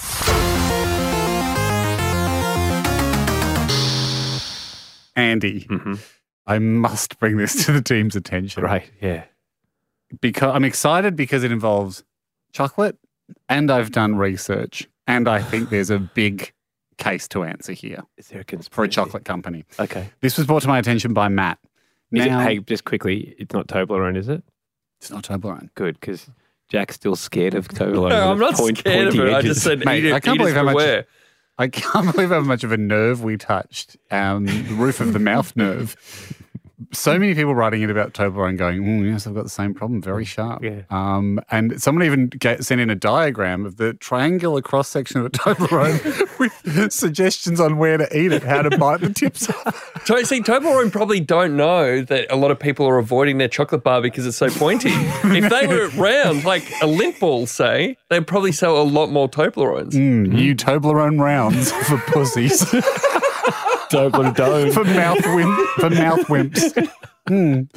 S4: Andy,
S13: Mm-hmm.
S4: I must bring this to the team's attention.
S3: Right, yeah.
S4: Because I'm excited because it involves chocolate and I've done research and I think there's a big case to answer here.
S3: Is there a conspiracy?
S4: For a chocolate company.
S3: Okay.
S4: This was brought to my attention by Matt.
S3: Is
S4: Now-
S3: it, hey, just quickly, it's not Toblerone, is it?
S4: It's not Toblerone.
S3: Good, because Jack's still scared of Toblerone.
S5: No,
S3: with
S5: I'm not
S3: its point-
S5: scared of
S3: pointy
S5: it. I
S3: edges.
S5: just said
S4: Mate,
S5: eat it.
S4: I can't
S5: eat
S4: believe
S5: it
S4: how much-
S5: beware.
S4: I can't believe how much of a nerve we touched. Um, the roof of the mouth nerve. So many people writing in about Toblerone going, mm, yes, I've got the same problem, very sharp.
S3: Yeah.
S4: Um, and someone even ga- sent in a diagram of the triangular cross section of a Toblerone with suggestions on where to eat it, how to bite the tips off.
S5: To- See, Toblerone probably don't know that a lot of people are avoiding their chocolate bar because it's so pointy. if they were round, like a lint ball, say, they'd probably sell a lot more Toblerones.
S4: Mm, New Toblerone rounds for pussies,
S3: Toblerone.
S4: for mouth wimp, for mouth wimps. Mm.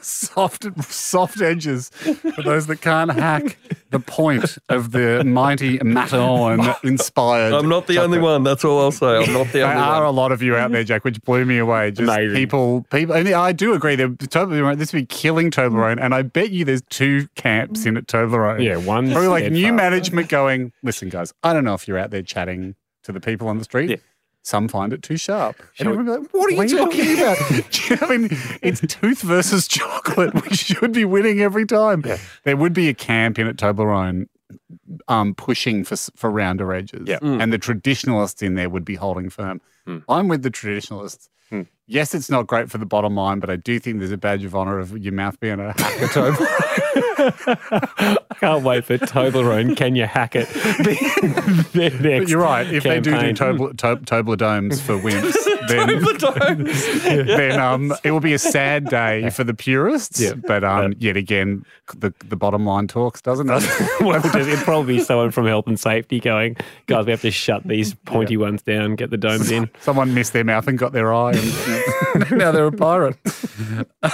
S4: soft, soft edges for those that can't hack the point of the mighty Matawan inspired.
S5: I'm not the only
S4: chocolate.
S5: one. That's all I'll say. I'm not the
S4: There
S5: only
S4: are
S5: one.
S4: a lot of you out there, Jack, which blew me away. Just
S5: Amazing.
S4: people, people, and I do agree. They're Toblerone. This would be killing Toblerone, and I bet you there's two camps in at Toblerone.
S3: Yeah, one
S4: probably like new
S3: steadfast.
S4: management going. Listen, guys, I don't know if you're out there chatting to the people on the street. Some find it too sharp. And everyone be like, what are you talking about? I mean, it's tooth versus chocolate. We should be winning every time. There would be a camp in at Toblerone um, pushing for s- for rounder edges,
S3: Yeah.
S4: Hmm. and the traditionalists in there would be holding firm. I'm with the traditionalists. Yes, it's not great for the bottom line, but I do think there's a badge of honor of your mouth being a hackathon.
S3: I can't wait for Toblerone. Can you hack it? Their
S4: but
S3: next
S4: you're right. If they
S3: campaign.
S4: do do Tobler, to, Toblerones for wimps, then then um, it will be a sad day for the purists. But um, yet again, the the bottom line talks, doesn't it?
S3: well, just, it'd probably be someone from health and safety going, guys, we have to shut these pointy ones down, get the domes in.
S4: Someone missed their mouth and got their eye, and now they're a pirate.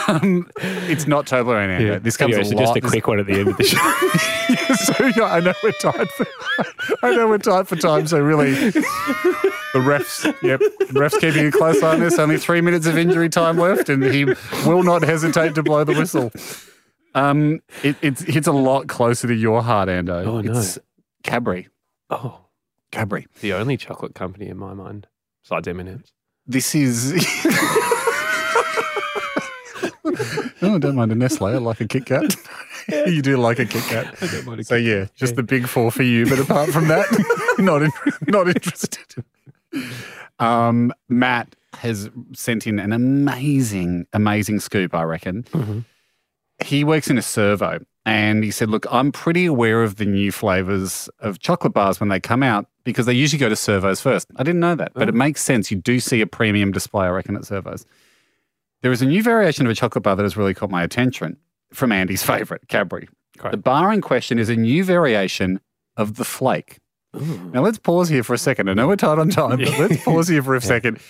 S4: um, it's not Toblerone. Amber. This comes
S3: Anyway,
S4: a
S3: so
S4: lot.
S3: just a quick one at the end of the show.
S4: so yeah, I know we're tight. For, I know we're tight for time. So really, the refs. Yep, refs keeping a close eye on this. Only three minutes of injury time left, and he will not hesitate to blow the whistle. Um, it, it hits a lot closer to your heart, Ando.
S3: Oh, no.
S4: It's Cadbury.
S3: Oh,
S4: Cadbury.
S3: the only chocolate company in my mind, besides M&M's.
S4: This is. No, I don't mind a Nestle. I like a Kit Kat. you do like a Kit Kat. so yeah, just the big four for you. But apart from that, not in, not interested. Um, Matt has sent in an amazing, amazing scoop. I reckon he works in a servo, and he said, "Look, I'm pretty aware of the new flavors of chocolate bars when they come out." Because they usually go to servos first. I didn't know that, but it makes sense. You do see a premium display, I reckon, at servos. There is a new variation of a chocolate bar that has really caught my attention from Andy's favourite, Cadbury. The bar in question is a new variation of the flake. Now let's pause here for a second. I know we're tight on time, but let's pause here for a second.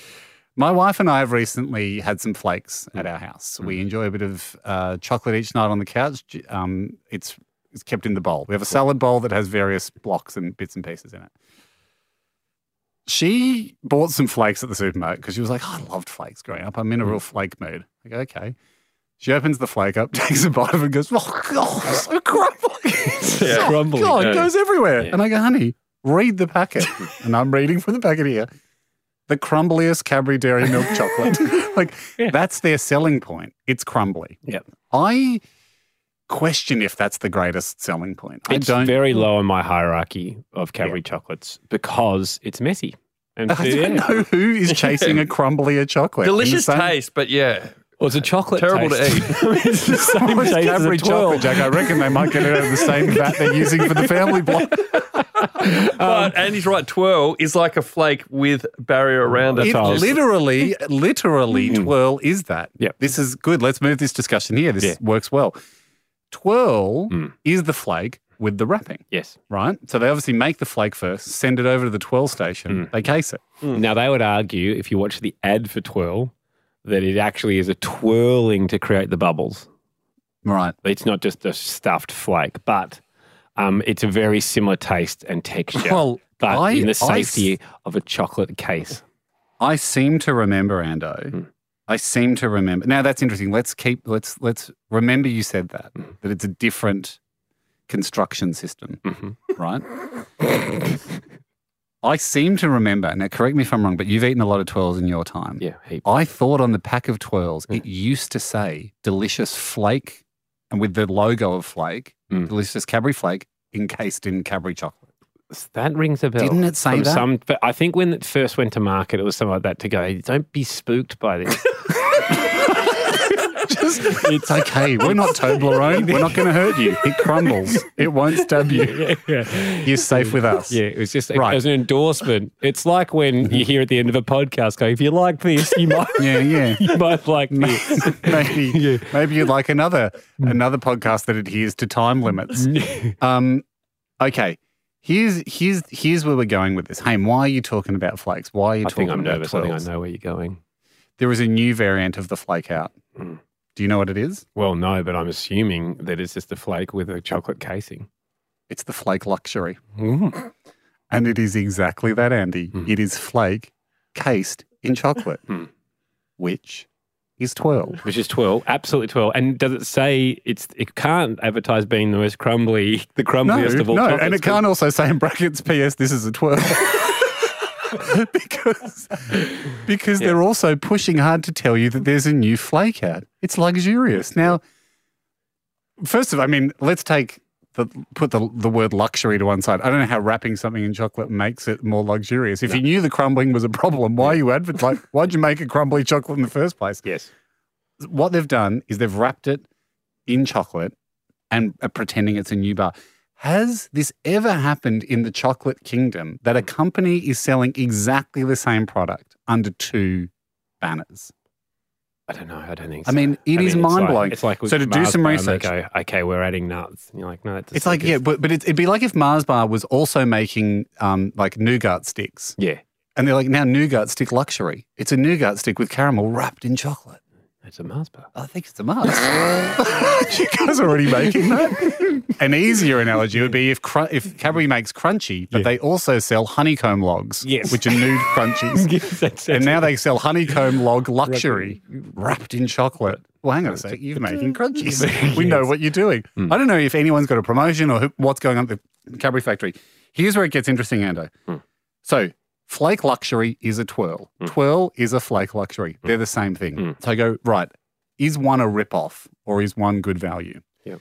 S4: My wife and I have recently had some flakes at
S8: Mm.
S4: our house. We enjoy a bit of uh, chocolate each night on the couch. J- Um, it's it's kept in the bowl. We have a salad bowl that has various blocks and bits and pieces in it. She bought some flakes at the supermarket because she was like, "Oh, I loved flakes growing up. I'm in a
S8: Mm.
S4: real flake mood. I go, okay. She opens the flake up, takes a bite of it, and goes, "Oh, God, it's so crumbly!
S8: Yeah,
S4: oh,
S8: crumbly,
S4: God,
S8: yeah.
S4: it goes everywhere." And I go, "Honey, read the packet." and I'm reading from the packet here. The crumbliest Cadbury Dairy Milk chocolate. like that's their selling point. It's crumbly.
S3: Yep.
S4: I question if that's the greatest selling point.
S3: It's
S4: I don't
S3: very low on my hierarchy of Cadbury chocolates because it's messy. And
S4: I don't
S3: yeah.
S4: know who is chasing a crumblier chocolate. in the
S5: Delicious
S4: same-
S5: taste, but yeah.
S3: Well, it's a chocolate
S5: Terrible
S3: taste.
S5: to eat.
S3: it's the same
S4: Well, it's
S3: taste as a
S4: Cadbury
S3: 12.
S4: chocolate, Jack. I reckon they might get it out of the same vat they're using for the family block. Um,
S5: but Andy's right. Twirl is like a flake with barrier around it.
S4: It literally, literally, twirl is that.
S3: Mm-hmm. Yep.
S4: This is good. Let's move this discussion here. This
S3: Yeah. Mm.
S4: works well. Twirl is the flake with the wrapping,
S3: Yes.
S4: right? So they obviously make the flake first, send it over to the twirl station, they case it.
S3: Now, they would argue, if you watch the ad for Twirl, that it actually is a twirling to create the bubbles.
S4: Right.
S3: It's not just a stuffed flake, but um, it's a very similar taste and texture.
S4: Well,
S3: but
S4: I-
S3: in
S4: I
S3: the
S4: s-
S3: safety of a chocolate case.
S4: I seem to remember, Ando.
S3: Hmm.
S4: I seem to remember. Now that's interesting. Let's keep. Let's let's remember you said that
S3: Hmm.
S4: that it's a different construction system,
S3: Mm-hmm.
S4: right? I seem to remember. Now, correct me if I'm wrong, but you've eaten a lot of twirls in your time.
S3: Yeah, Hmm. heaps.
S4: I thought on the pack of twirls it used to say "delicious flake," and with the logo of flake,
S3: Hmm.
S4: delicious Cadbury flake encased in Cadbury chocolate.
S3: That rings a bell.
S4: Didn't it say
S3: From
S4: that?
S3: Some, but I think when it first went to market, it was something like that to go, don't be spooked by this.
S4: It's okay. We're not Toblerone. We're not going to hurt you. It crumbles. It won't stab you. You're safe with us.
S3: Yeah, it was just
S4: Right.
S3: it was an endorsement. It's like when you hear at the end of a podcast, go, if you like this, you might
S4: Yeah, yeah.
S3: you might like this.
S4: Maybe, maybe you'd like another
S3: Mm.
S4: another podcast that adheres to time limits. Um, okay. Here's here's here's where we're going with this. Haim, why are you talking about flakes? Why are you
S3: I
S4: talking
S3: think I'm
S4: about
S3: nervous. I think I
S4: twirls?
S3: know where you're going.
S4: There is a new variant of the flake out.
S3: Mm.
S4: Do you know what it is?
S3: Well, no, but I'm assuming that it's just a flake with a chocolate casing.
S4: It's the flake luxury.
S3: Mm.
S4: And it is exactly that, Andy. It is flake cased in chocolate, which is twirl.
S3: Which is twirl, absolutely twirl. And does it say it's? It can't advertise being the most crumbly, the crumbliest of all.
S4: no,
S3: chocolates,
S4: and it
S3: can
S4: can't also say in brackets, P.S. This is a twirl. because because they're also pushing hard to tell you that there's a new flake out. It's luxurious. Now, first of all, I mean, let's take the the, put the, the word luxury to one side. I don't know how wrapping something in chocolate makes it more luxurious. If you knew the crumbling was a problem, why you advert like why'd you make a crumbly chocolate in the first place?
S3: Yes.
S4: What they've done is they've wrapped it in chocolate and are pretending it's a new bar. Has this ever happened in the chocolate kingdom that a company is selling exactly the same product under two banners?
S3: I don't know. I don't think.
S4: I
S3: so.
S4: mean, it is
S3: it's like-
S4: mind-blowing.
S3: It's like with
S4: So to do
S3: Mars
S4: some
S3: Bar and they
S4: research-
S3: go, okay, we're adding nuts. And you're like, no, that doesn't
S4: It's like yeah, but but it, it'd be like if Mars Bar was also making um like nougat sticks.
S3: Yeah.
S4: And they're like now nougat stick luxury. It's a nougat stick with caramel wrapped in chocolate.
S3: It's a Mars bar.
S4: I think it's a Mars. you guys are already making that. An easier analogy would be if cr- if Cadbury makes crunchy, but they also sell honeycomb logs,
S3: Yes.
S4: which are nude crunchies. and now they sell honeycomb log luxury wrapped in chocolate. Well, hang on a Hmm. sec. You're making crunchies. We know what you're doing. I don't know if anyone's got a promotion or who, what's going on at the Cadbury factory. Here's where it gets interesting, Ando. So, flake luxury is a twirl. Twirl is a flake luxury. They're the same thing. So I go, right, is one a ripoff or is one good value?
S3: Yeah.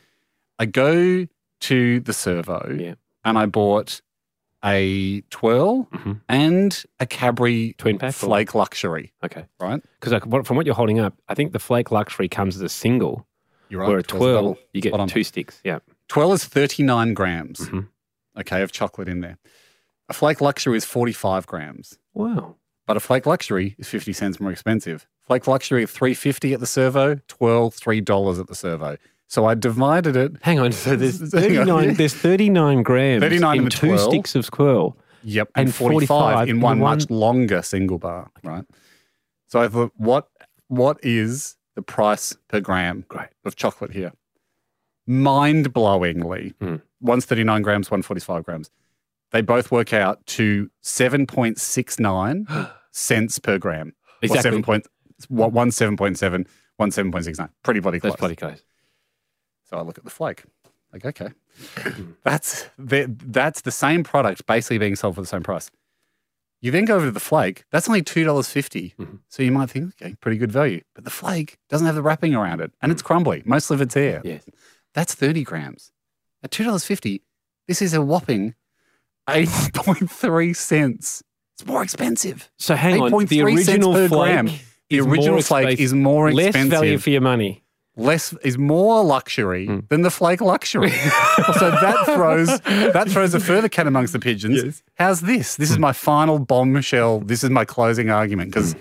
S4: I go to the servo and I bought a twirl and a Cadbury
S3: twin pack or-
S4: flake luxury.
S3: Okay.
S4: Right?
S3: Because from what you're holding up, I think the flake luxury comes as a single.
S4: You're right,
S3: Where a
S4: twirl's a
S3: twirl,
S4: double.
S3: you get
S4: Spot on.
S3: two sticks. Yeah.
S4: Twirl is 39 grams, okay, of chocolate in there. A flake luxury is 45 grams.
S3: Wow.
S4: But a flake luxury is 50 cents more expensive. Flake luxury, 350 at the servo, twirl, $3 at the servo. So I divided it.
S3: Hang on. So there's
S4: Hang on.
S3: 39, there's 39 grams
S4: 39 in
S3: in
S4: the
S3: two
S4: twirl.
S3: sticks of squirrel.
S4: Yep, and,
S3: and
S4: 45,
S3: 45
S4: in
S3: in
S4: one,
S3: one-
S4: much longer single bar, right? So I thought, what what is the price per gram of chocolate here? Mind blowingly,
S3: Hmm.
S4: one's 39 grams, one 45 grams. They both work out to 7.69 cents per gram. Or
S3: Exactly.
S4: 7 point, what, one 7.7, one 7.69. Pretty bloody close.
S3: That's bloody close.
S4: So I look at the flake. Like, okay. that's the, that's the same product basically being sold for the same price. You then go over to the flake. That's only two dollars 50 So you might think, okay, pretty good value. But the flake doesn't have the wrapping around it, and it's crumbly. Most of it's air.
S3: Yes.
S4: That's thirty grams. At two dollars fifty, this is a whopping eight point three cents. It's more expensive.
S3: So hang on. The
S4: 8.3 cents
S3: original
S4: per
S3: flake.
S4: gram. The
S3: is more
S4: original flake
S3: expensive-
S4: is more
S3: less
S4: expensive
S3: value for your money.
S4: less is more luxury
S3: Hmm.
S4: than the flake luxury. so that throws that throws a further cat amongst the pigeons. How's this? This
S3: Hmm.
S4: is my final bombshell. This is my closing argument because,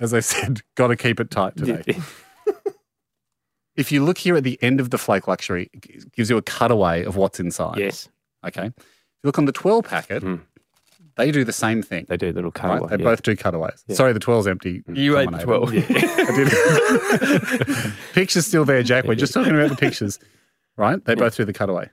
S4: as I said, got to keep it tight today. if you look here at the end of the flake luxury, it g- gives you a cutaway of what's inside.
S3: Yes.
S4: Okay. If you look on the twirl packet. They do the same thing.
S3: They do little cutaway.
S4: They
S3: yeah.
S4: both do cutaways.
S3: Yeah.
S4: Sorry, the twirl's empty.
S5: You ate
S4: Someone
S5: the
S4: ate it.
S5: 12.
S4: Picture's still there, Jack. We're just talking about the pictures, right? They both do the cutaway.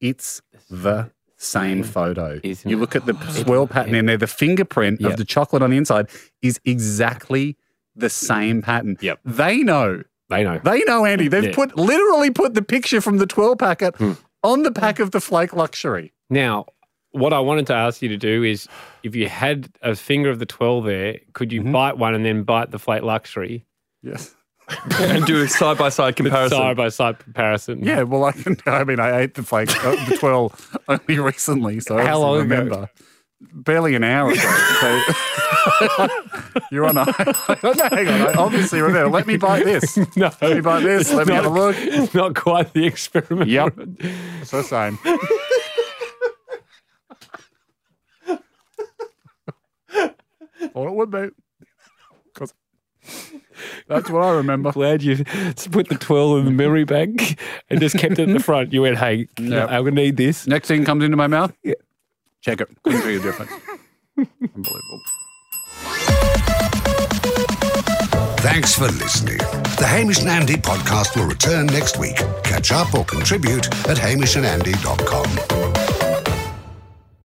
S4: It's the same photo. You look at the swirl pattern in there, the fingerprint
S3: Yeah.
S4: of the chocolate on the inside is exactly the same pattern.
S3: Yep.
S4: They know.
S3: They know.
S4: They know, Andy. They've
S3: Yeah. Hmm.
S4: put literally put the picture from the twirl packet on the pack of the flake luxury.
S3: Now, what I wanted to ask you to do is if you had a finger of the 12 there, could
S4: Mm-hmm.
S3: you bite one and then bite the flake luxury?
S4: Yes.
S5: and do a side by side comparison.
S3: Side by side comparison.
S4: Yeah, well, I can. I mean, I ate the flake, uh, the twirl only recently, so I
S3: How long ago?
S4: remember. Barely an hour ago. So you're on. A, no, hang on. I obviously remember. Let me bite this.
S3: No.
S4: Let me bite this. Let me have a look.
S3: It's not quite the experiment.
S4: Yep. It's the same. Thought it would be. 'Cause That's what I remember.
S3: Glad you put the 12 in the memory bank and just kept it at the front. You went, hey,
S4: Yep.
S3: I'm going to need this.
S4: Next thing comes into my mouth. Yeah. Check it. Couldn't tell you the difference. Unbelievable.
S2: Thanks for listening. The Hamish and Andy podcast will return next week. Catch up or contribute at hamishandandy.com.